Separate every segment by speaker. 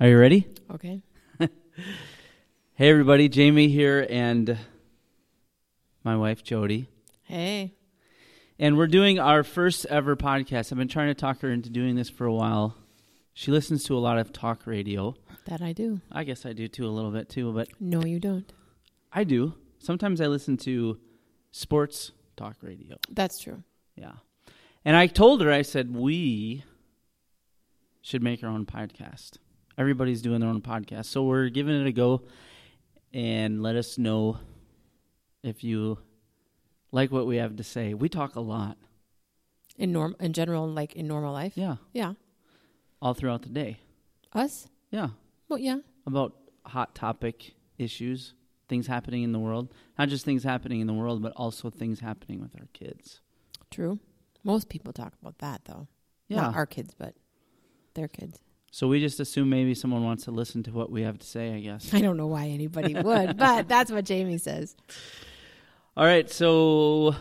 Speaker 1: Are you ready?
Speaker 2: Okay.
Speaker 1: Hey, everybody. Jamie here and my wife, Jody.
Speaker 2: Hey.
Speaker 1: And we're doing our first ever podcast. I've been trying to talk her into doing this for a while. She listens to a lot of talk radio.
Speaker 2: That I do.
Speaker 1: I guess I do too, a little bit too, but
Speaker 2: No, you don't.
Speaker 1: I do. Sometimes I listen to sports talk radio.
Speaker 2: That's true.
Speaker 1: Yeah. And I told her, I said, we should make our own podcast. Everybody's doing their own podcast. So we're giving it a go. And let us know if you like what we have to say. We talk a lot.
Speaker 2: In norm, in general, like in normal life.
Speaker 1: Yeah.
Speaker 2: Yeah.
Speaker 1: All throughout the day.
Speaker 2: Us?
Speaker 1: Yeah.
Speaker 2: Well, yeah.
Speaker 1: About hot topic issues, things happening in the world. Not just things happening in the world, but also things happening with our kids.
Speaker 2: True. Most people talk about that though.
Speaker 1: Yeah.
Speaker 2: Not our kids, but their kids.
Speaker 1: so we just assume maybe someone wants to listen to what we have to say, I guess.
Speaker 2: I don't know why anybody would, but that's what Jamie says.
Speaker 1: All right, so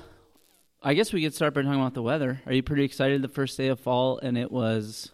Speaker 1: I guess we could start by talking about the weather. Are you pretty excited? The first day of fall, and it was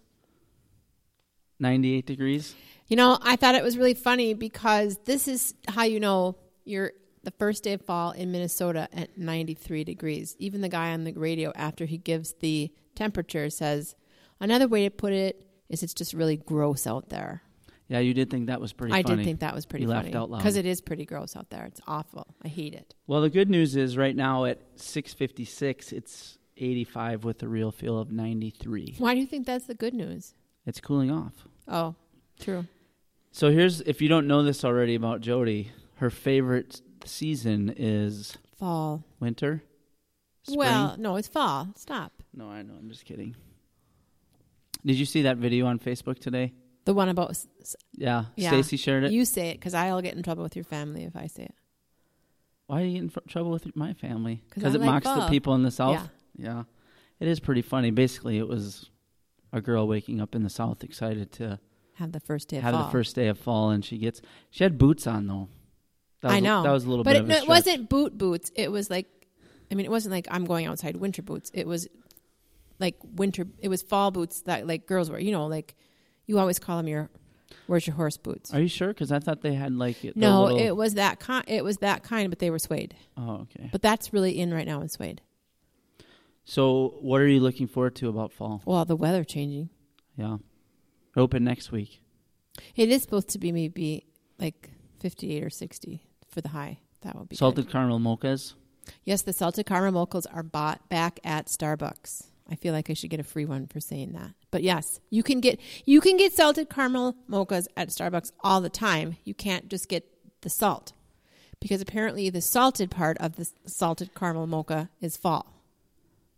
Speaker 1: ninety-eight degrees.
Speaker 2: You know, I thought it was really funny because this is how you know you're the first day of fall in Minnesota at 93 degrees. Even the guy on the radio, after he gives the temperature, says, Another way to put it is it's just really gross out there.
Speaker 1: Yeah, you did think that was pretty.
Speaker 2: I
Speaker 1: funny.
Speaker 2: did think that was pretty
Speaker 1: You laughed
Speaker 2: funny.
Speaker 1: out loud.
Speaker 2: Because it is pretty gross out there. It's awful. I hate it.
Speaker 1: Well, the good news is right now at six fifty-six, it's eighty-five with a real feel of ninety-three.
Speaker 2: Why do you think that's the good news?
Speaker 1: It's cooling off.
Speaker 2: Oh, true.
Speaker 1: So here's if you don't know this already about Jody, her favorite season is
Speaker 2: Fall.
Speaker 1: winter. Spring?
Speaker 2: Well, no, it's fall. Stop.
Speaker 1: no, I know. I'm just kidding. Did you see that video on Facebook today?
Speaker 2: The one about s- s-
Speaker 1: Yeah,
Speaker 2: Yeah.
Speaker 1: Stacy shared it.
Speaker 2: you say it because I'll get in trouble with your family if I say it.
Speaker 1: Why are you in fr- trouble with my family?
Speaker 2: 'Cause
Speaker 1: Because
Speaker 2: I
Speaker 1: it mocks
Speaker 2: like
Speaker 1: the
Speaker 2: pho.
Speaker 1: people in the
Speaker 2: Yeah.
Speaker 1: South. Yeah. it is pretty funny. Basically, it was a girl waking up in the South, excited to
Speaker 2: Have the first day of
Speaker 1: have
Speaker 2: fall.
Speaker 1: the first day of fall, and she gets she had boots on though. That was,
Speaker 2: I know
Speaker 1: that was a little
Speaker 2: but
Speaker 1: bit
Speaker 2: it,
Speaker 1: of a
Speaker 2: no, it
Speaker 1: stretch.
Speaker 2: wasn't boot boots. It was like, I mean, it wasn't like I'm going outside winter boots. It was like winter. It was fall boots that like girls wear. You know, like you always call them your where's your horse boots.
Speaker 1: Are you sure? Because I thought they had like it- the
Speaker 2: no,
Speaker 1: little-
Speaker 2: it was that kind. It was that kind, but they were suede.
Speaker 1: oh, okay.
Speaker 2: But that's really in right now in suede.
Speaker 1: So, what are you looking forward to about fall?
Speaker 2: Well, the weather changing.
Speaker 1: Yeah, open next week.
Speaker 2: It is supposed to be maybe like 58 or 60 for the high. That would be good.
Speaker 1: Salted caramel mochas.
Speaker 2: Yes, the salted caramel mochas are bought back at Starbucks. I feel like I should get a free one for saying that. But yes, you can get you can get salted caramel mochas at Starbucks all the time. You can't just get the salt because apparently the salted part of the s- salted caramel mocha is fall.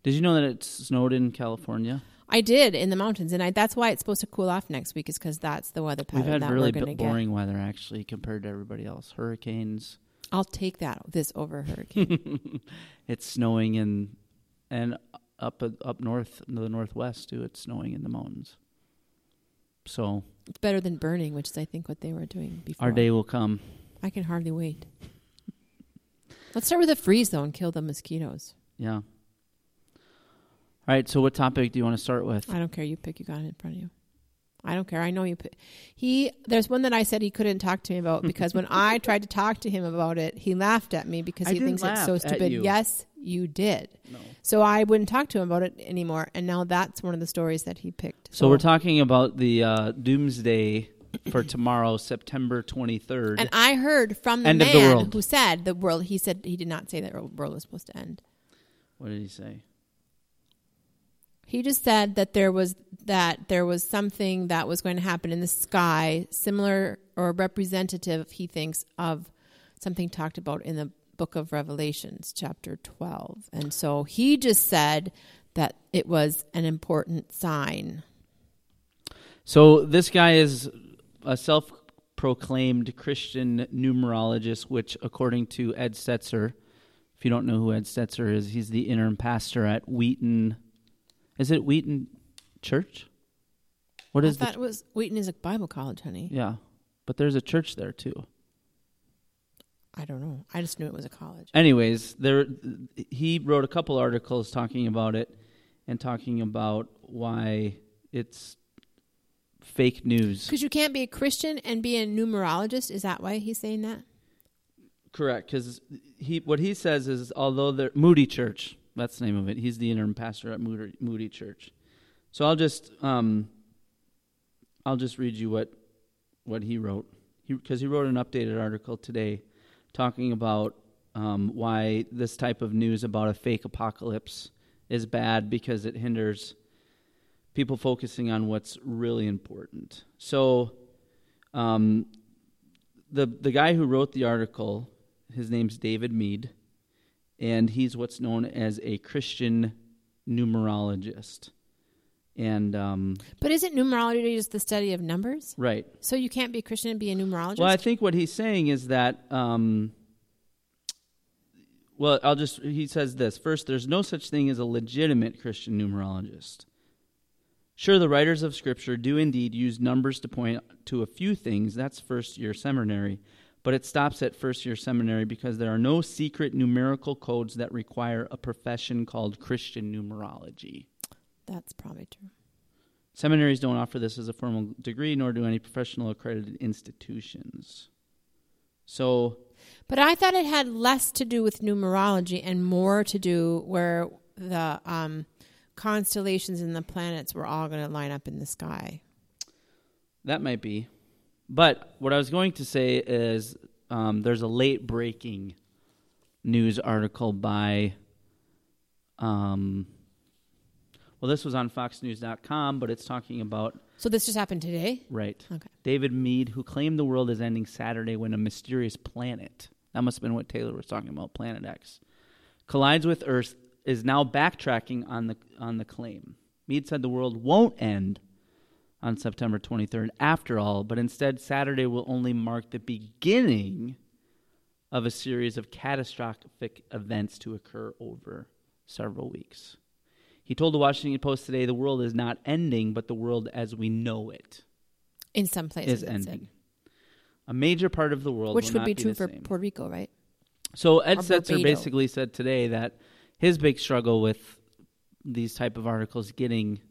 Speaker 1: Did you know that it snowed in California?
Speaker 2: I did in the mountains, and I, that's why it's supposed to cool off next week. Is because that's the weather pattern
Speaker 1: We've had
Speaker 2: that
Speaker 1: really
Speaker 2: we're going
Speaker 1: b-
Speaker 2: to get.
Speaker 1: boring weather actually compared to everybody else. Hurricanes.
Speaker 2: I'll take that this over hurricane.
Speaker 1: it's snowing in and up up north in the northwest too it's snowing in the mountains so
Speaker 2: it's better than burning, which is I think what they were doing before.
Speaker 1: our day will come
Speaker 2: I can hardly wait. Let's start with a freeze though and kill the mosquitoes.
Speaker 1: yeah all right so what topic do you want to start with
Speaker 2: I don't care. You pick. You got it in front of you. I don't care. I know you. Pick. He. There's one that I said he couldn't talk to me about because when I tried to talk to him about it, he laughed at me because
Speaker 1: I
Speaker 2: he
Speaker 1: didn't
Speaker 2: thinks it's so
Speaker 1: laugh at
Speaker 2: stupid.
Speaker 1: you.
Speaker 2: Yes, you did.
Speaker 1: No.
Speaker 2: So I wouldn't talk to him about it anymore. And now that's one of the stories that he picked.
Speaker 1: so we're talking about the uh, doomsday for tomorrow september 23rd
Speaker 2: And I heard from the
Speaker 1: End of
Speaker 2: man
Speaker 1: the world.
Speaker 2: who said the world. He said he did not say that the world was supposed to end.
Speaker 1: what did he say
Speaker 2: He just said that there was that there was something that was going to happen in the sky, similar or representative, he thinks, of something talked about in the book of Revelations, chapter twelve. And so he just said that it was an important sign.
Speaker 1: So this guy is a self-proclaimed Christian numerologist, which, according to Ed Stetzer, if you don't know who Ed Stetzer is, he's the interim pastor at Wheaton. Is it Wheaton Church? What is
Speaker 2: I
Speaker 1: that?
Speaker 2: thought it was Wheaton is a Bible college, honey.
Speaker 1: Yeah, but there's a church there too.
Speaker 2: I don't know. I just knew it was a college.
Speaker 1: Anyways, there he wrote a couple articles talking about it and talking about why it's fake news.
Speaker 2: Because you can't be a Christian and be a numerologist. Is that why he's saying that?
Speaker 1: Correct, because he what he says is although the Moody Church, that's the name of it. He's the interim pastor at Moody, Moody Church. So I'll just um, I'll just read you what what he wrote because he, he wrote an updated article today talking about um, why this type of news about a fake apocalypse is bad because it hinders people focusing on what's really important. So um, the the guy who wrote the article, his name's David Mead, and he's what's known as a Christian numerologist. And um,
Speaker 2: But isn't numerology just the study of numbers?
Speaker 1: right,
Speaker 2: So you can't be a Christian and be a numerologist?
Speaker 1: well, I think what he's saying is that. Um, well, I'll just. He says this first. There's no such thing as a legitimate Christian numerologist. Sure, the writers of Scripture do indeed use numbers to point to a few things. That's first year seminary. But it stops at first year seminary because there are no secret numerical codes that require a profession called Christian numerology.
Speaker 2: That's probably true.
Speaker 1: Seminaries don't offer this as a formal degree, nor do any professional accredited institutions. So,
Speaker 2: But I thought it had less to do with numerology and more to do where the um, constellations and the planets were all going to line up in the sky.
Speaker 1: That might be. But what I was going to say is um, there's a late breaking news article by. Um, well, this was on FoxNews.com, but it's talking about
Speaker 2: So this just happened today?
Speaker 1: right
Speaker 2: Okay.
Speaker 1: David Mead, who claimed the world is ending Saturday when a mysterious planet that must have been what Taylor was talking about, Planet X, collides with Earth, is now backtracking on the on the claim. Mead said the world won't end on September 23rd after all, but instead Saturday will only mark the beginning of a series of catastrophic events to occur over several weeks. He told the Washington Post today the world is not ending, but the world as we know it
Speaker 2: In some
Speaker 1: is
Speaker 2: places. it said.
Speaker 1: ending. A major part of the world,
Speaker 2: Which
Speaker 1: will
Speaker 2: would
Speaker 1: not
Speaker 2: be true
Speaker 1: the
Speaker 2: for
Speaker 1: same.
Speaker 2: Puerto Rico, right?
Speaker 1: So Ed
Speaker 2: or
Speaker 1: Setzer
Speaker 2: Barbados.
Speaker 1: basically said today that his big struggle with these type of articles getting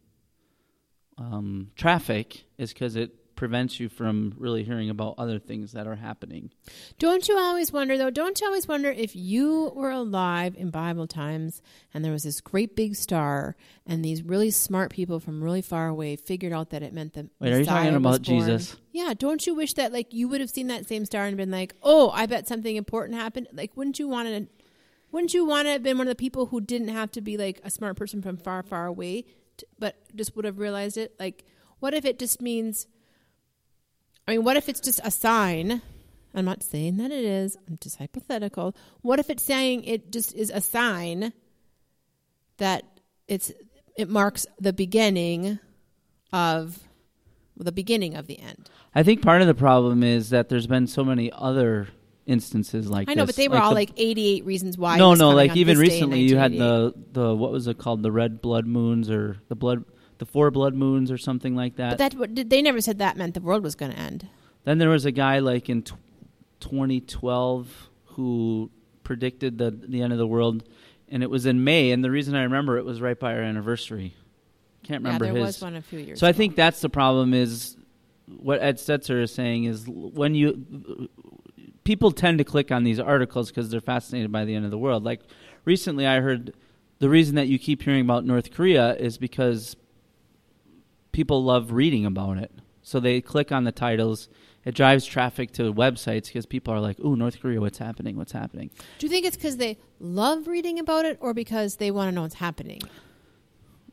Speaker 1: um, traffic is because it prevents you from really hearing about other things that are happening.
Speaker 2: Don't you always wonder, though? Don't you always wonder if you were alive in Bible times and there was this great big star and these really smart people from really far away figured out that it meant the
Speaker 1: Wait, are you
Speaker 2: Messiah
Speaker 1: talking
Speaker 2: was
Speaker 1: about
Speaker 2: born?
Speaker 1: Jesus?
Speaker 2: Yeah, don't you wish that like you would have seen that same star and been like, "Oh, I bet something important happened." Like, wouldn't you want to? Wouldn't you want to have been one of the people who didn't have to be like a smart person from far, far away, to, but just would have realized it? Like, what if it just means? I mean, what if it's just a sign? I'm not saying that it is. I'm just hypothetical. What if it's saying it just is a sign that it's it marks the beginning of the beginning of the end?
Speaker 1: I think part of the problem is that there's been so many other instances like
Speaker 2: I know,
Speaker 1: this.
Speaker 2: but they were all
Speaker 1: the-
Speaker 2: like 88 reasons why. it
Speaker 1: no,
Speaker 2: was
Speaker 1: no,
Speaker 2: coming
Speaker 1: like
Speaker 2: on
Speaker 1: even
Speaker 2: this day in
Speaker 1: recently you had
Speaker 2: 1988.
Speaker 1: the the what was it called the red blood moons or the blood the four blood moons or something like that.
Speaker 2: But that what- did- they never said that meant the world was going to end.
Speaker 1: Then there was a guy like in tw 2012 who predicted the the end of the world, and it was in May. And the reason I remember it was right by our anniversary. Can't remember
Speaker 2: yeah, there
Speaker 1: his.
Speaker 2: was one a few years.
Speaker 1: So I
Speaker 2: ago.
Speaker 1: think that's the problem. Is what Ed Setzer is saying is l- when you people tend to click on these articles because they're fascinated by the end of the world. Like recently, I heard the reason that you keep hearing about North Korea is because people love reading about it. So they click on the titles. It drives traffic to websites because people are like, "Ooh, North Korea, what's happening? What's happening?"
Speaker 2: Do you think it's because they love reading about it, or because they want to know what's happening?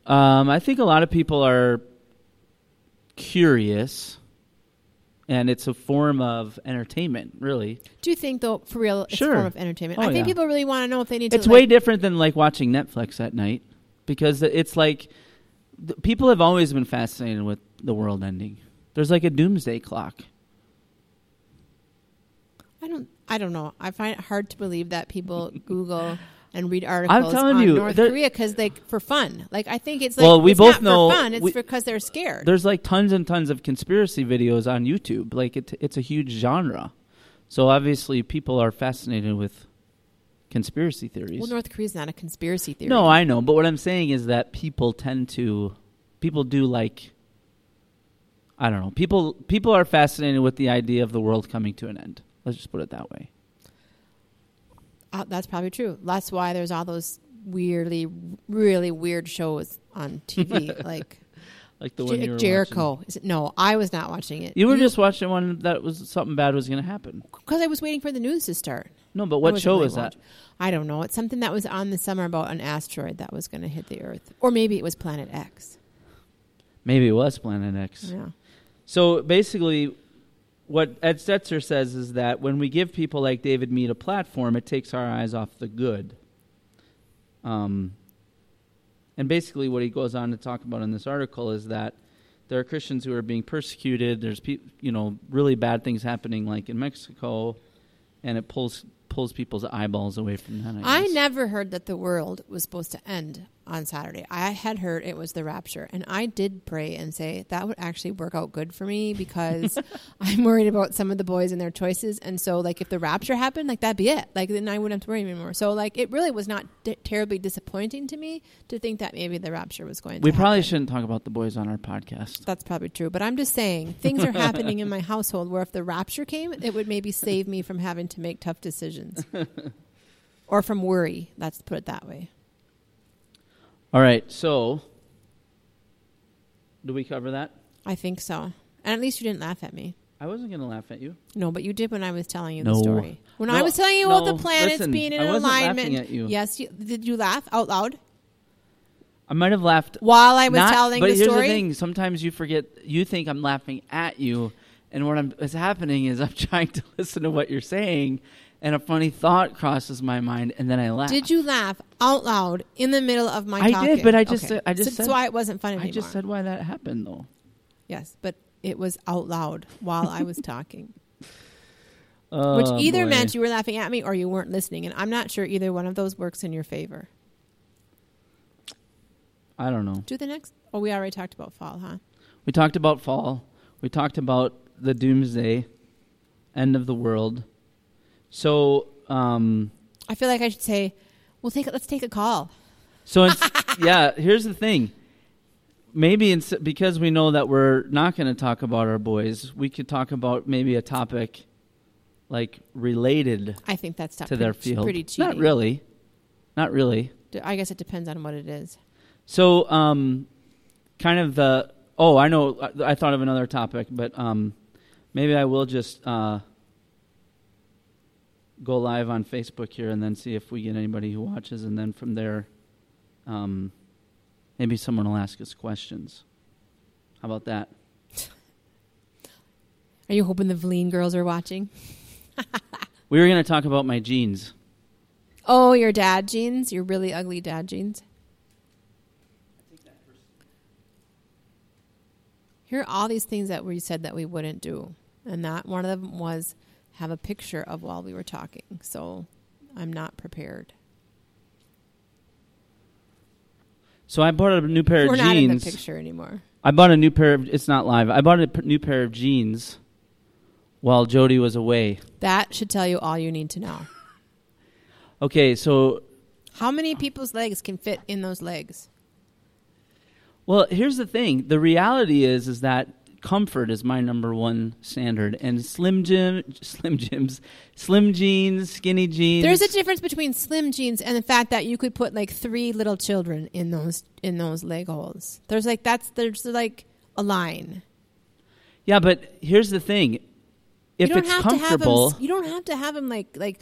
Speaker 1: Um, I think a lot of people are curious, and it's a form of entertainment, really.
Speaker 2: Do you think though, for real, it's
Speaker 1: Sure.
Speaker 2: a form of entertainment?
Speaker 1: Oh,
Speaker 2: I think
Speaker 1: yeah.
Speaker 2: people really want to know if they need
Speaker 1: It's
Speaker 2: to.
Speaker 1: way
Speaker 2: like,
Speaker 1: different than like watching Netflix at night because it's like th- people have always been fascinated with the world ending. There's like a doomsday clock.
Speaker 2: I don't. I don't know. I find it hard to believe that people Google. And read articles
Speaker 1: I'm telling
Speaker 2: on
Speaker 1: you,
Speaker 2: North
Speaker 1: there-
Speaker 2: Korea because, like, for fun. Like, I think it's like
Speaker 1: Well, we
Speaker 2: it's
Speaker 1: both
Speaker 2: not
Speaker 1: know-
Speaker 2: for fun. It's
Speaker 1: we-
Speaker 2: because they're scared.
Speaker 1: There's like tons and tons of conspiracy videos on YouTube. Like it, it's a huge genre. So obviously, people are fascinated with conspiracy theories.
Speaker 2: Well, North Korea's not a conspiracy theory.
Speaker 1: No, I know, but what I'm saying is that people tend to people do like I don't know. People people are fascinated with the idea of the world coming to an end. Let's just put it that way.
Speaker 2: Uh, that's probably true. That's why there's all those weirdly, really weird shows on TV, like
Speaker 1: Like the one
Speaker 2: Jer-
Speaker 1: you were watching.
Speaker 2: Jericho. Is it, no, I was not watching it.
Speaker 1: You were just watching one that was something bad was going to happen.
Speaker 2: because I was waiting for the news to start.
Speaker 1: No, but
Speaker 2: I
Speaker 1: what
Speaker 2: wasn't
Speaker 1: show
Speaker 2: really
Speaker 1: is that?
Speaker 2: watching. I don't know. It's something that was on the summer about an asteroid that was going to hit the Earth, or maybe it was Planet X.
Speaker 1: Maybe it was Planet X.
Speaker 2: Yeah.
Speaker 1: So basically, what Ed Stetzer says is that when we give people like David Mead a platform, it takes our eyes off the good. Um, and basically, what he goes on to talk about in this article is that there are Christians who are being persecuted. There's pe- you know really bad things happening, like in Mexico, and it pulls pulls people's eyeballs away from that. I,
Speaker 2: I
Speaker 1: guess.
Speaker 2: never heard that the world was supposed to end on Saturday. I had heard it was the rapture, and I did pray and say that would actually work out good for me because I'm worried about some of the boys and their choices. And so, like, if the rapture happened, like that'd be it. Like, then I wouldn't have to worry anymore. So, like, it really was not d- terribly disappointing to me to think that maybe the rapture was going.
Speaker 1: We
Speaker 2: to
Speaker 1: probably
Speaker 2: happen.
Speaker 1: shouldn't talk about the boys on our podcast.
Speaker 2: That's probably true, but I'm just saying things are happening in my household where if the rapture came, it would maybe save me from having to make tough decisions or from worry. Let's put it that way.
Speaker 1: All right, so do we cover that?
Speaker 2: I think so. And at least you didn't laugh at me.
Speaker 1: I wasn't going to laugh at you.
Speaker 2: No, but you did when I was telling you
Speaker 1: No.
Speaker 2: the story. When
Speaker 1: No,
Speaker 2: I was telling you
Speaker 1: no,
Speaker 2: about the planets
Speaker 1: listen,
Speaker 2: being in
Speaker 1: I wasn't laughing
Speaker 2: alignment.
Speaker 1: at you.
Speaker 2: Yes, you, did you laugh out loud
Speaker 1: I might have laughed.
Speaker 2: while I was
Speaker 1: not-
Speaker 2: telling
Speaker 1: but
Speaker 2: the
Speaker 1: here's
Speaker 2: story?
Speaker 1: the thing: sometimes you forget. You think I'm laughing at you, and what I'm is happening is I'm trying to listen to what you're saying, and a funny thought crosses my mind, and then I laugh.
Speaker 2: Did you laugh out loud in the middle of my
Speaker 1: I did,
Speaker 2: talking?
Speaker 1: but I just
Speaker 2: Okay.
Speaker 1: said- I just
Speaker 2: so
Speaker 1: said-
Speaker 2: that's why it wasn't
Speaker 1: I
Speaker 2: fun anymore.
Speaker 1: just said why that happened, though.
Speaker 2: yes, but it was out loud while I was talking. Which
Speaker 1: Oh,
Speaker 2: either
Speaker 1: boy.
Speaker 2: meant you were laughing at me or you weren't listening. And I'm not sure either one of those works in your favor.
Speaker 1: I don't know.
Speaker 2: Do the next. Oh, we already talked about fall, huh?
Speaker 1: We talked about fall. We talked about the doomsday, end of the world. So, um,
Speaker 2: I feel like I should say, well, take let's take a call.
Speaker 1: So it's, yeah, here's the thing. Maybe it's because we know that we're not going to talk about our boys, we could talk about maybe a topic like related
Speaker 2: I think that's not
Speaker 1: to
Speaker 2: pretty,
Speaker 1: their field.
Speaker 2: pretty cheating.
Speaker 1: Not really. Not really.
Speaker 2: D- I guess it depends on what it is.
Speaker 1: So, um, kind of the oh, I know. I, I thought of another topic, but um, maybe I will just uh, go live on Facebook here and then see if we get anybody who watches, and then from there, um, maybe someone will ask us questions. How about that?
Speaker 2: Are you hoping the Vleen girls are watching?
Speaker 1: We were going to talk about my jeans.
Speaker 2: Oh, your dad jeans, your really ugly dad jeans. Here are all these things that we said that we wouldn't do, and that one of them was have a picture of while we were talking. So I'm not prepared.
Speaker 1: So I bought a new pair
Speaker 2: We're
Speaker 1: of
Speaker 2: not in the
Speaker 1: jeans.
Speaker 2: picture anymore.
Speaker 1: I bought a new pair of. It's not live. I bought a p- new pair of jeans while Jody was away.
Speaker 2: That should tell you all you need to know.
Speaker 1: Okay, so
Speaker 2: How many people's legs can fit in those legs?
Speaker 1: Well, here's the thing. The reality is is that comfort is my number one standard and slim jim slim jims slim jeans skinny jeans
Speaker 2: There's a difference between slim jeans and the fact that you could put like three little children in those in those leg holes. There's like that's there's like a line.
Speaker 1: yeah but here's the thing if
Speaker 2: you don't
Speaker 1: it's
Speaker 2: have
Speaker 1: comfortable
Speaker 2: to have them, you don't have to have them like like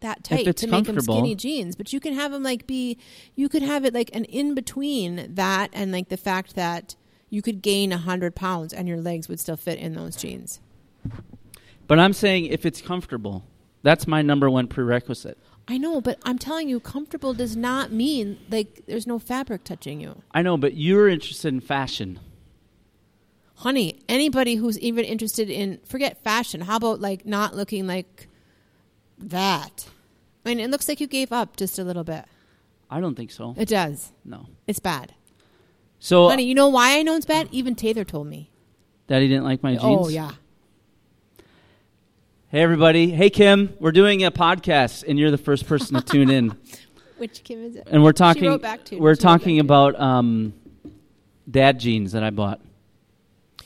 Speaker 2: that tight
Speaker 1: it's
Speaker 2: to make them
Speaker 1: comfortable.
Speaker 2: skinny jeans, but you can have them like be you could have it like an in between that and like the fact that you could gain a hundred pounds and your legs would still fit in those jeans.
Speaker 1: but i'm saying if it's comfortable that's my number one prerequisite
Speaker 2: I know, but I'm telling you, comfortable does not mean like there's no fabric touching you.
Speaker 1: i know but you're interested in fashion
Speaker 2: Honey, anybody who's even interested in forget fashion, how about like not looking like that? I mean, it looks like you gave up just a little bit.
Speaker 1: i don't think so
Speaker 2: It does.
Speaker 1: no
Speaker 2: It's bad.
Speaker 1: so
Speaker 2: Honey, you know why I know it's bad? Even Taylor told me.
Speaker 1: daddy didn't like my jeans
Speaker 2: Oh yeah.
Speaker 1: hey everybody hey kim we're doing a podcast and you're the first person to tune in
Speaker 2: Which Kim is it?
Speaker 1: and we're talking um,
Speaker 2: wrote back to you.
Speaker 1: we're
Speaker 2: She wrote back
Speaker 1: talking
Speaker 2: to you.
Speaker 1: about um, dad jeans that I bought.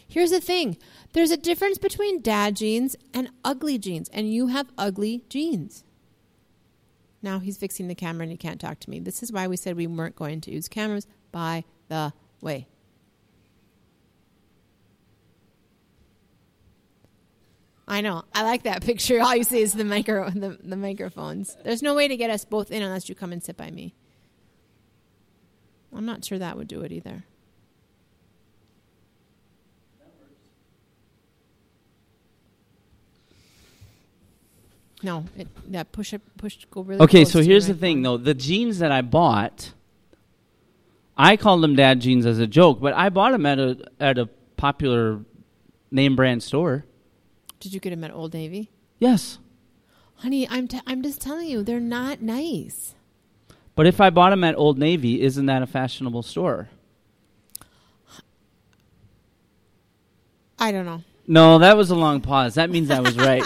Speaker 2: Here's the thing there's a difference between dad jeans and ugly jeans, and you have ugly jeans. Now he's fixing the camera and he can't talk to me. This is why we said we weren't going to use cameras, by the way. I know. I like that picture. All you see is the micro the, the microphones. There's no way to get us both in unless you come and sit by me. I'm not sure that would do it either. No, it, that push up, push go really.
Speaker 1: Okay,
Speaker 2: close
Speaker 1: so
Speaker 2: to
Speaker 1: here's the
Speaker 2: your
Speaker 1: thing
Speaker 2: iPhone.
Speaker 1: though. The jeans that I bought, I called them dad jeans as a joke, but I bought them at a at a popular name brand store.
Speaker 2: Did you get him at Old Navy,
Speaker 1: Yes.
Speaker 2: honey? I'm t- I'm just telling you, they're not nice,
Speaker 1: But if I bought them at Old Navy, isn't that a fashionable store?
Speaker 2: I don't know.
Speaker 1: No, that was a long pause. That means I was right.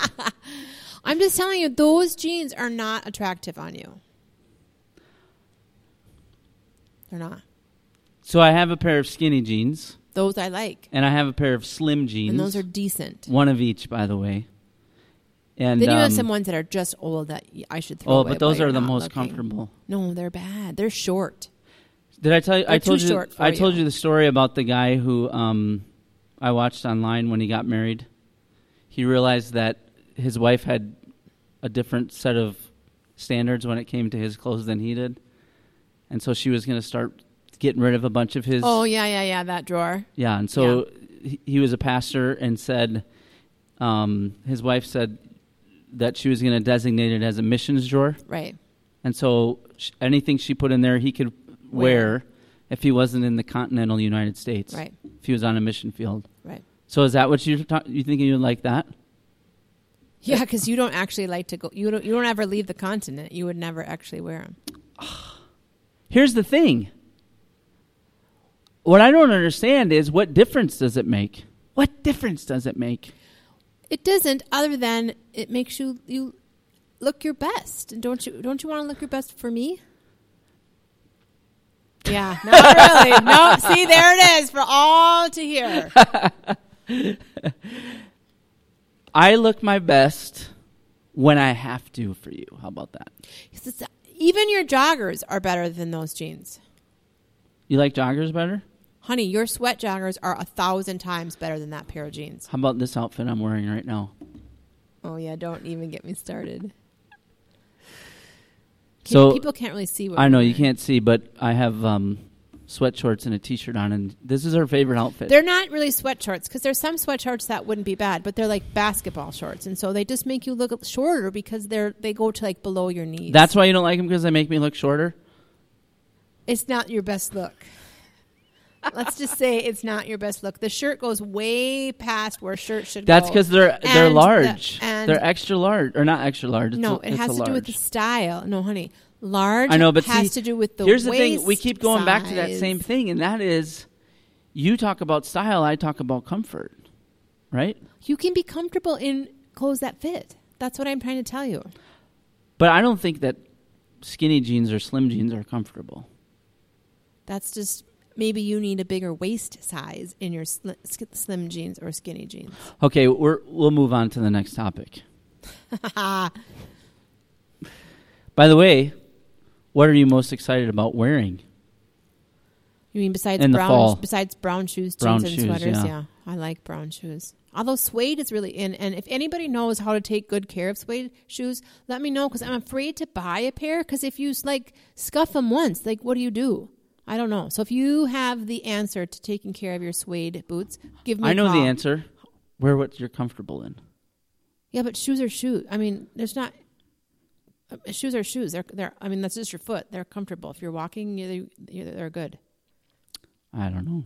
Speaker 2: I'm just telling you, those jeans are not attractive on you. They're not.
Speaker 1: so I have a pair of skinny jeans
Speaker 2: Those I like,
Speaker 1: and I have a pair of slim jeans.
Speaker 2: and those are decent.
Speaker 1: one of each, by the way. And
Speaker 2: then you have
Speaker 1: um,
Speaker 2: some ones that are just old that y- I should throw
Speaker 1: Oh,
Speaker 2: away
Speaker 1: but those
Speaker 2: while
Speaker 1: are
Speaker 2: you're
Speaker 1: the
Speaker 2: not
Speaker 1: most
Speaker 2: looking.
Speaker 1: comfortable.
Speaker 2: No, they're bad. They're short.
Speaker 1: Did I tell you? I
Speaker 2: They're too
Speaker 1: told you.
Speaker 2: short for
Speaker 1: I told
Speaker 2: you.
Speaker 1: you the story about the guy who um, I watched online when he got married. He realized that his wife had a different set of standards when it came to his clothes than he did, and so she was going to start getting rid of a bunch of his.
Speaker 2: Oh yeah, yeah, yeah. That drawer.
Speaker 1: Yeah, and so he he was a pastor and said, um, his wife said that she was going to designate it as a missions drawer.
Speaker 2: Right.
Speaker 1: And so sh- anything she put in there, he could
Speaker 2: Wear.
Speaker 1: wear if he wasn't in the continental United States.
Speaker 2: Right.
Speaker 1: If he was on a mission field.
Speaker 2: Right.
Speaker 1: So is that what you're ta- you thinking you like that?
Speaker 2: Yeah, because you don't actually like to go. You don't. You don't ever leave the continent. You would never actually wear them.
Speaker 1: Here's the thing. What I don't understand is what difference does it make? What difference does it make?
Speaker 2: It doesn't, other than it makes you you look your best. And don't you don't you want to look your best for me? Yeah, not really. No, see, there it is for all to hear.
Speaker 1: I look my best when I have to for you. How about that?
Speaker 2: 'Cause it's- Even your joggers are better than those jeans,
Speaker 1: You like joggers better?
Speaker 2: honey. Your sweat joggers are a thousand times better than that pair of jeans.
Speaker 1: How about this outfit I'm wearing right now?
Speaker 2: Oh yeah, don't even get me started. Can-
Speaker 1: So-
Speaker 2: people can't really see what
Speaker 1: I
Speaker 2: we're
Speaker 1: know you
Speaker 2: wearing.
Speaker 1: can't see, but I have um, sweat shorts and a t-shirt on, and this is her favorite outfit.
Speaker 2: They're not really sweat shorts because there's some sweat shorts that wouldn't be bad, but they're like basketball shorts, and so they just make you look shorter because they're they go to like below your knees.
Speaker 1: That's why you don't like them because they make me look shorter.
Speaker 2: it's not your best look. Let's just say it's not your best look. The shirt goes way past where shirt should.
Speaker 1: That's
Speaker 2: go.
Speaker 1: because they're they're
Speaker 2: And the-
Speaker 1: large.
Speaker 2: and-
Speaker 1: they're extra large or not extra large. It's
Speaker 2: no,
Speaker 1: a-
Speaker 2: it
Speaker 1: it's a
Speaker 2: has to do with the
Speaker 1: large.
Speaker 2: style. No, honey, large.
Speaker 1: I know, but
Speaker 2: has
Speaker 1: see,
Speaker 2: to do with the.
Speaker 1: here's the thing. We
Speaker 2: waist
Speaker 1: keep going back to that
Speaker 2: size.
Speaker 1: same thing, and that is, you talk about style, I talk about comfort, right?
Speaker 2: You can be comfortable in clothes that fit. That's what I'm trying to tell you.
Speaker 1: But I don't think that skinny jeans or slim jeans are comfortable.
Speaker 2: That's just maybe you need a bigger waist size in your sli- sk- slim jeans or skinny jeans.
Speaker 1: Okay, we're, we'll move on to the next topic. By the way, what are you most excited about wearing?
Speaker 2: You mean besides
Speaker 1: In the
Speaker 2: brown
Speaker 1: fall.
Speaker 2: besides brown shoes, jeans
Speaker 1: Brown
Speaker 2: and
Speaker 1: shoes,
Speaker 2: sweaters,
Speaker 1: yeah.
Speaker 2: I like brown shoes. Although suede is really in and if anybody knows how to take good care of suede shoes, let me know cuz I'm afraid to buy a pair cuz if you like scuff them once, like what do you do? I don't know. So if you have the answer to taking care of your suede boots, give me
Speaker 1: I
Speaker 2: a
Speaker 1: know the
Speaker 2: call.
Speaker 1: answer. Wear what you're comfortable in.
Speaker 2: Yeah, but shoes are shoes. I mean, there's not uh, shoes are shoes. They're they're. I mean, that's just your foot. They're comfortable. If you're walking, you, you, they're good.
Speaker 1: I don't know.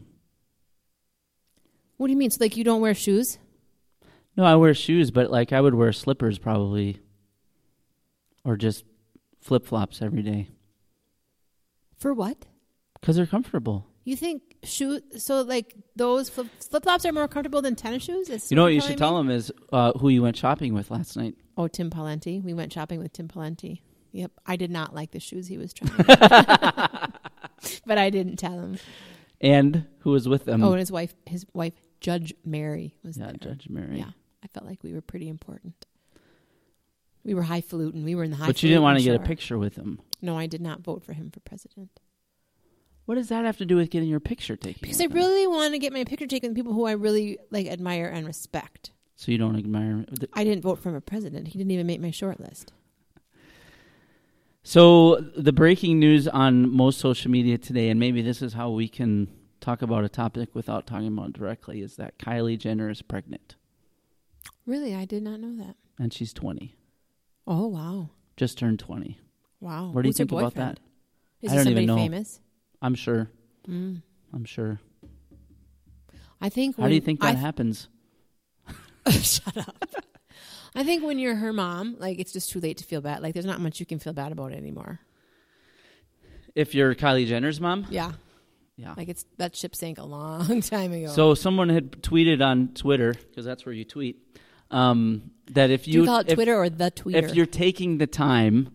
Speaker 2: What do you mean? So like you don't wear shoes?
Speaker 1: No, I wear shoes, but like I would wear slippers probably, or just flip flops every day
Speaker 2: For what?
Speaker 1: because they're comfortable.
Speaker 2: You think shoe? So like those flip flops are more comfortable than tennis shoes? Is
Speaker 1: you know what you
Speaker 2: telling
Speaker 1: should
Speaker 2: me?
Speaker 1: tell them is uh, who you went shopping with last night.
Speaker 2: Oh, Tim Pawlenty. We went shopping with Tim Pawlenty. Yep, I did not like the shoes he was trying, but I didn't tell him.
Speaker 1: And who was with them?
Speaker 2: Oh, and his wife, his wife Judge Mary was
Speaker 1: Um, yeah,
Speaker 2: there.
Speaker 1: Judge Mary.
Speaker 2: Oh, Yeah, I felt like we were pretty important. We were highfalutin. We were in the high.
Speaker 1: But you didn't want to get a picture with him.
Speaker 2: No, I did not vote for him for president
Speaker 1: What does that have to do with getting your picture taken?
Speaker 2: because
Speaker 1: with
Speaker 2: I
Speaker 1: him?
Speaker 2: really want to get my picture taken with people who I really like, admire, and respect.
Speaker 1: So you don't admire.
Speaker 2: I didn't vote for him for president. He didn't even make my short list.
Speaker 1: So the breaking news on most social media today, and maybe this is how we can talk about a topic without talking about it directly, is that Kylie Jenner is pregnant
Speaker 2: Really, I did not know that.
Speaker 1: and she's 20,
Speaker 2: Oh wow,
Speaker 1: just turned 20.
Speaker 2: wow.
Speaker 1: What do you
Speaker 2: Who's her
Speaker 1: think about
Speaker 2: boyfriend?
Speaker 1: that?
Speaker 2: Is
Speaker 1: I
Speaker 2: he
Speaker 1: don't
Speaker 2: somebody
Speaker 1: even know.
Speaker 2: famous?
Speaker 1: I'm sure.
Speaker 2: Mm.
Speaker 1: I'm sure.
Speaker 2: I think.
Speaker 1: How do you
Speaker 2: when-
Speaker 1: think
Speaker 2: I
Speaker 1: that happens?
Speaker 2: Shut up. I think when you're her mom, like it's just too late to feel bad. Like there's not much you can feel bad about anymore.
Speaker 1: If you're Kylie Jenner's mom?
Speaker 2: Yeah.
Speaker 1: Yeah.
Speaker 2: Like it's that ship sank a long time ago.
Speaker 1: So someone had tweeted on Twitter, because that's where you tweet, um, that if
Speaker 2: do
Speaker 1: you,
Speaker 2: you, call it
Speaker 1: if,
Speaker 2: Twitter or the Twitter?
Speaker 1: if you're taking the time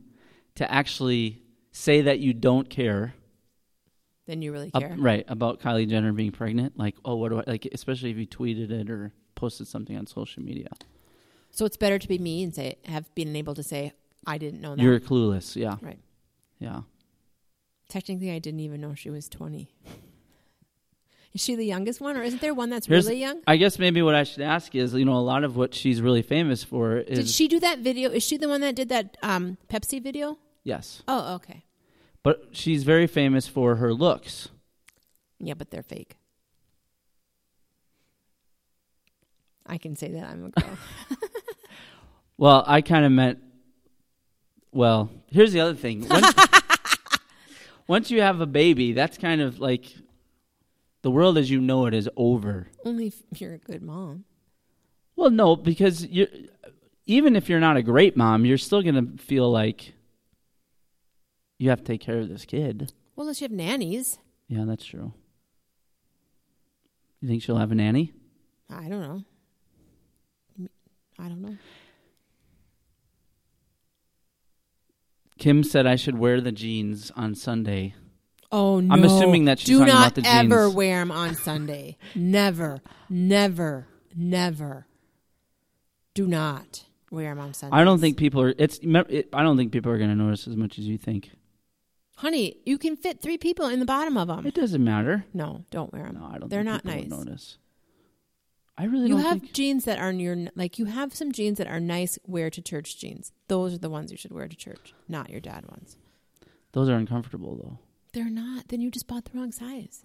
Speaker 1: to actually say that you don't care
Speaker 2: then you really
Speaker 1: Ab-
Speaker 2: care.
Speaker 1: right about Kylie Jenner being pregnant. Like, oh, what do I like? Especially if you tweeted it or posted something on social media,
Speaker 2: Oh, so it's better to be me and say have been able to say I didn't know that.
Speaker 1: you're clueless. Yeah,
Speaker 2: right.
Speaker 1: yeah.
Speaker 2: Technically, I didn't even know she was 20. Is she the youngest one, or isn't there one that's
Speaker 1: Here's-
Speaker 2: really young?
Speaker 1: I guess maybe what I should ask is, you know, a lot of what she's really famous for is
Speaker 2: Did she do that video? Is she the one that did that um, Pepsi video?
Speaker 1: yes,
Speaker 2: Oh, okay.
Speaker 1: but she's very famous for her looks.
Speaker 2: Yeah, but they're fake. I can say that I'm a girl.
Speaker 1: Well, I kind of meant. Well, here's the other thing. Once, once you have a baby, that's kind of like the world as you know it is over.
Speaker 2: Only if you're a good mom.
Speaker 1: Well, no, because you even if you're not a great mom, you're still going to feel like you have to take care of this kid.
Speaker 2: Well, unless you have nannies.
Speaker 1: Yeah, that's true. You think she'll have a nanny?
Speaker 2: I don't know. I don't know.
Speaker 1: Kim said I should wear the jeans on Sunday.
Speaker 2: Oh no!
Speaker 1: I'm assuming that she's
Speaker 2: do
Speaker 1: talking about
Speaker 2: not
Speaker 1: the jeans.
Speaker 2: ever wear them on Sunday. never, never, never. Do not wear them on Sunday.
Speaker 1: I don't think people are it's it, I don't think people are going to notice as much as you think.
Speaker 2: honey, you can fit three people in the bottom of them.
Speaker 1: It doesn't matter.
Speaker 2: No, don't wear them.
Speaker 1: No, I don't
Speaker 2: They're
Speaker 1: think
Speaker 2: not
Speaker 1: people
Speaker 2: nice.
Speaker 1: would notice. I really
Speaker 2: You
Speaker 1: don't
Speaker 2: have
Speaker 1: think
Speaker 2: jeans that are near, like you have some jeans that are nice wear to church jeans. Those are the ones you should wear to church, not your dad ones.
Speaker 1: those are uncomfortable though.
Speaker 2: They're not. Then you just bought the wrong size.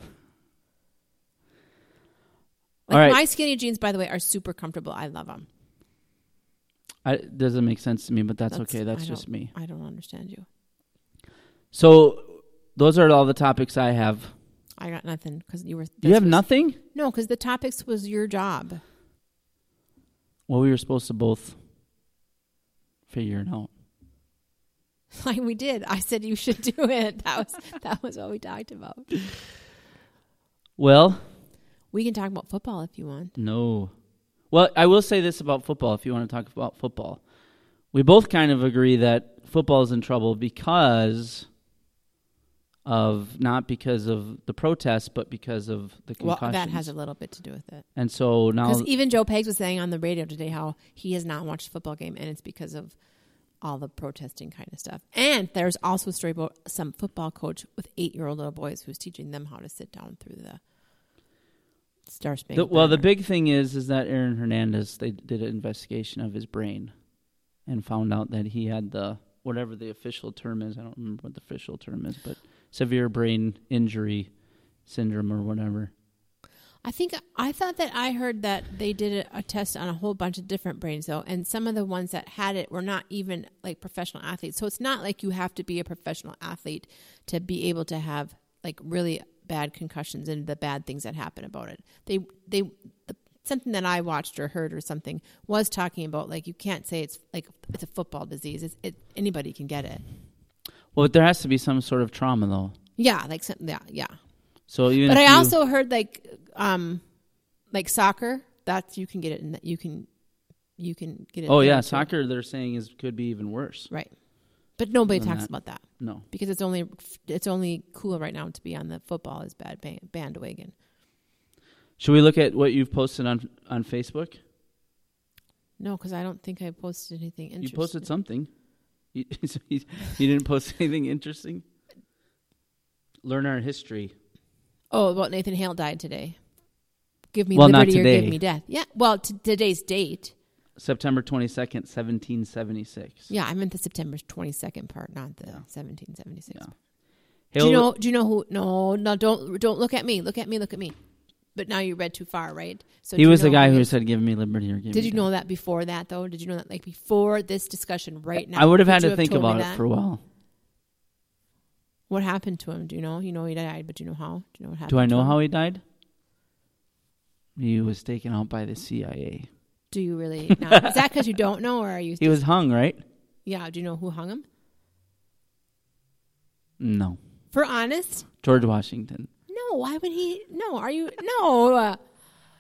Speaker 2: Like
Speaker 1: All right.
Speaker 2: my skinny jeans, by the way, are super comfortable. I love them.
Speaker 1: I, it doesn't make sense to me, but that's, okay. That's
Speaker 2: I
Speaker 1: just
Speaker 2: don't-
Speaker 1: me.
Speaker 2: I don't understand you.
Speaker 1: So those are all the topics I have.
Speaker 2: I got nothing because you were.
Speaker 1: you
Speaker 2: this
Speaker 1: have
Speaker 2: was-
Speaker 1: nothing?
Speaker 2: No, because the topics was your job.
Speaker 1: Well, we were supposed to both figure it out.
Speaker 2: Like we did. I said you should do it. That was that was what we talked about.
Speaker 1: Well,
Speaker 2: We can talk about football if you want.
Speaker 1: no. Well, I will say this about football if you want to talk about football. We both kind of agree that football is in trouble because of not because of the protests, but because of the
Speaker 2: Well,
Speaker 1: concussions.
Speaker 2: that has a little bit to do with it.
Speaker 1: and so now
Speaker 2: Because even Joe Peggs was saying on the radio today how he has not watched a football game, and it's because of all the protesting kind of stuff. And there's also a story about some football coach with eight year old little boys who's teaching them how to sit down through the Star
Speaker 1: The,
Speaker 2: Spangled.
Speaker 1: well, the
Speaker 2: Banner.
Speaker 1: big thing is is that Aaron Hernandez they did an investigation of his brain, and found out that he had the whatever the official term is. I don't remember what the official term is, but severe brain injury syndrome or whatever.
Speaker 2: I think I thought that I heard that they did a, a test on a whole bunch of different brains though, and some of the ones that had it were not even like professional athletes. So it's not like you have to be a professional athlete to be able to have like really bad concussions and the bad things that happen about it. They they the, something that I watched or heard or something was talking about like you can't say it's like it's a football disease. It's, it anybody can get it.
Speaker 1: Well, there has to be some sort of trauma though.
Speaker 2: Yeah, like some, yeah, yeah.
Speaker 1: So even
Speaker 2: But
Speaker 1: if
Speaker 2: I
Speaker 1: you-
Speaker 2: also heard like um like soccer, that's you can get it in that you can you can get it.
Speaker 1: oh
Speaker 2: there,
Speaker 1: yeah,
Speaker 2: too.
Speaker 1: soccer they're saying is could be even worse.
Speaker 2: Right. But nobody
Speaker 1: Than
Speaker 2: talks
Speaker 1: that.
Speaker 2: about that
Speaker 1: No,
Speaker 2: because it's only it's only cool right now to be on the football is bad ban- bandwagon.
Speaker 1: Should we look at what you've posted on on Facebook?
Speaker 2: No, because I don't think I posted anything
Speaker 1: You
Speaker 2: interesting.
Speaker 1: posted something. You, so you, you didn't post anything interesting. Learn our history.
Speaker 2: Oh, about Nathan Hale died today. Give me
Speaker 1: Well, not
Speaker 2: liberty or give
Speaker 1: today.
Speaker 2: me death. Yeah. Well, t- today's date.
Speaker 1: September twenty second, seventeen seventy six.
Speaker 2: Yeah, I meant the September twenty second part, not the seventeen seventy six.
Speaker 1: Yeah.
Speaker 2: Do you know? Do you know who? No, no. Don't don't look at me. Look at me. Look at me. But now you read too far, right? So do
Speaker 1: he
Speaker 2: you
Speaker 1: was the
Speaker 2: know
Speaker 1: guy who
Speaker 2: it-
Speaker 1: said, "Give me liberty or give
Speaker 2: Did
Speaker 1: me
Speaker 2: you
Speaker 1: death."
Speaker 2: know that before that though? Did you know that like before this discussion right now?
Speaker 1: I would have
Speaker 2: Could
Speaker 1: had
Speaker 2: you
Speaker 1: to think
Speaker 2: told me
Speaker 1: about it
Speaker 2: that?
Speaker 1: for a while.
Speaker 2: What happened to him? Do you know? You know he died, but do you know how? Do you know what happened?
Speaker 1: Do I know
Speaker 2: to him?
Speaker 1: how he died? He was taken out by the CIA.
Speaker 2: Do you really? Not? Is that because you don't know, or are you?
Speaker 1: He was hung, right?
Speaker 2: Yeah. Do you know who hung him?
Speaker 1: No.
Speaker 2: For honest,
Speaker 1: George Washington.
Speaker 2: no. Why would he? No. Are you? No. Uh,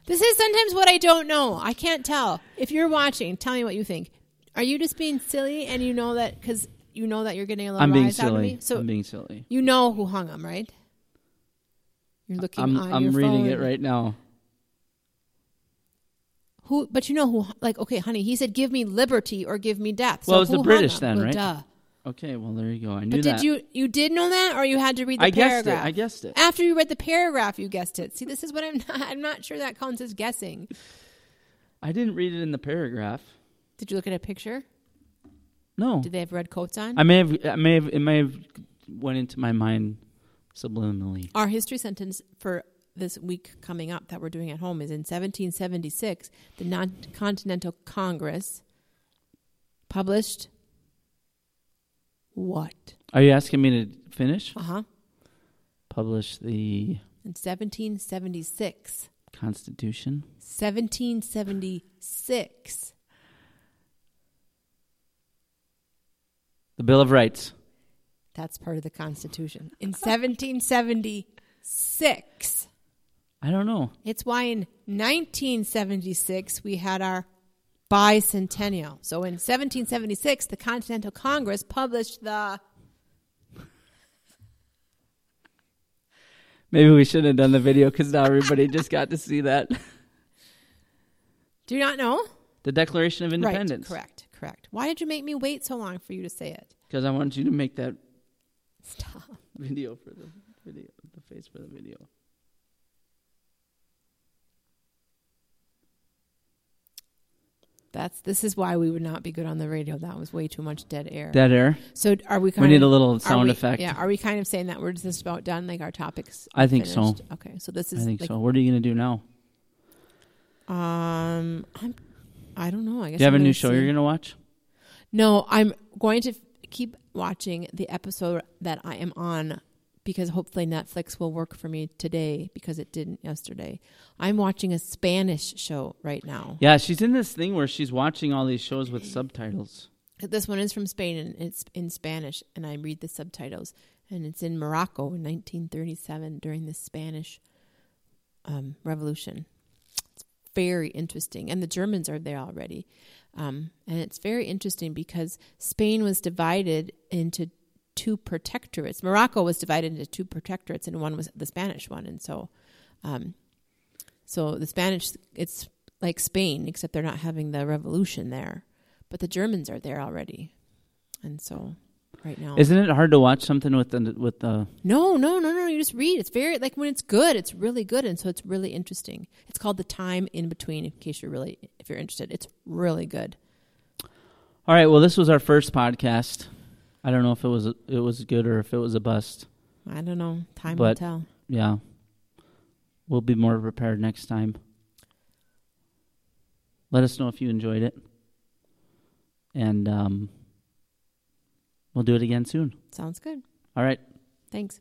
Speaker 2: this is sometimes what I don't know. I can't tell. If you're watching, tell me what you think. Are you just being silly, and you know that because you know that you're getting a little
Speaker 1: I'm being
Speaker 2: rise out of me?
Speaker 1: silly.
Speaker 2: So
Speaker 1: I'm being silly.
Speaker 2: you know who hung him, right? You're looking.
Speaker 1: I'm
Speaker 2: on
Speaker 1: I'm
Speaker 2: your
Speaker 1: reading
Speaker 2: phone.
Speaker 1: it right now.
Speaker 2: Who? But you know who? Like, okay, honey, he said, "Give me liberty or give me death." So
Speaker 1: Well, it was
Speaker 2: who
Speaker 1: the
Speaker 2: hung
Speaker 1: British
Speaker 2: him?
Speaker 1: then,
Speaker 2: Well,
Speaker 1: right?
Speaker 2: Duh.
Speaker 1: Okay, well there you go. I knew
Speaker 2: But did
Speaker 1: that.
Speaker 2: you you did know that, or you had to read the
Speaker 1: I
Speaker 2: paragraph?
Speaker 1: guessed it. I guessed it.
Speaker 2: After you read the paragraph, you guessed it. See, this is what I'm not. I'm not sure that counts as guessing.
Speaker 1: I didn't read it in the paragraph.
Speaker 2: Did you look at a picture?
Speaker 1: No.
Speaker 2: Did they have red coats on?
Speaker 1: I may have I may have it may have went into my mind subliminally.
Speaker 2: Our history sentence for this week coming up that we're doing at home is in 1776, the Non Continental Congress published what?
Speaker 1: Are you asking me to finish?
Speaker 2: Uh huh.
Speaker 1: Publish the
Speaker 2: In 1776.
Speaker 1: Constitution?
Speaker 2: 1776.
Speaker 1: The Bill of Rights.
Speaker 2: That's part of the Constitution. In 1776.
Speaker 1: I don't know.
Speaker 2: It's why in 1976 we had our bicentennial. So in 1776, the Continental Congress published the.
Speaker 1: Maybe we should have done the video because now everybody just got to see that.
Speaker 2: Do you not know?
Speaker 1: The Declaration of Independence.
Speaker 2: Right, correct, correct. Why did you make me wait so long for you to say it?
Speaker 1: Because I wanted you to make that
Speaker 2: Stop.
Speaker 1: video for the video, the face for the video.
Speaker 2: That's this is why we would not be good on the radio. That was way too much dead air.
Speaker 1: Dead air.
Speaker 2: so are we?
Speaker 1: We
Speaker 2: Kind
Speaker 1: need
Speaker 2: of,
Speaker 1: a little
Speaker 2: are
Speaker 1: sound
Speaker 2: we-
Speaker 1: effect.
Speaker 2: Yeah. Are we kind of saying that we're just about done? Like our topics.
Speaker 1: I think
Speaker 2: finished?
Speaker 1: so.
Speaker 2: Okay. So this
Speaker 1: I
Speaker 2: is.
Speaker 1: think
Speaker 2: like,
Speaker 1: so. What are you going to do now?
Speaker 2: Um, I'm. I don't know. I guess.
Speaker 1: Do you have
Speaker 2: I'm
Speaker 1: a new
Speaker 2: gonna
Speaker 1: show
Speaker 2: see.
Speaker 1: you're going to watch?
Speaker 2: No, I'm going to f- keep watching the episode that I am on because hopefully Netflix will work for me today because it didn't yesterday. I'm watching a Spanish show right now.
Speaker 1: Yeah, she's in this thing where she's watching all these shows with subtitles.
Speaker 2: This one is from Spain and it's in Spanish, and I read the subtitles. And it's in Morocco in 1937 during the Spanish um, Revolution. It's very interesting, and the Germans are there already. Um, and it's very interesting because Spain was divided into two protectorates. Morocco was divided into two protectorates, and one was the Spanish one. And so, um, so the Spanish, it's like Spain, except they're not having the revolution there, but the Germans are there already. And so, right now,
Speaker 1: Isn't it hard to watch something with the with the?
Speaker 2: no, no, no, no. You just read. It's very like when it's good, it's really good, and so it's really interesting. It's called the time in between. In case you're really, if you're interested, it's really good.
Speaker 1: All right. Well, this was our first podcast. I don't know if it was it was good or if it was a bust.
Speaker 2: I don't know. Time will
Speaker 1: But-
Speaker 2: tell.
Speaker 1: Yeah, we'll be more prepared next time. Let us know if you enjoyed it, and um, we'll do it again soon.
Speaker 2: Sounds good.
Speaker 1: All right.
Speaker 2: Thanks.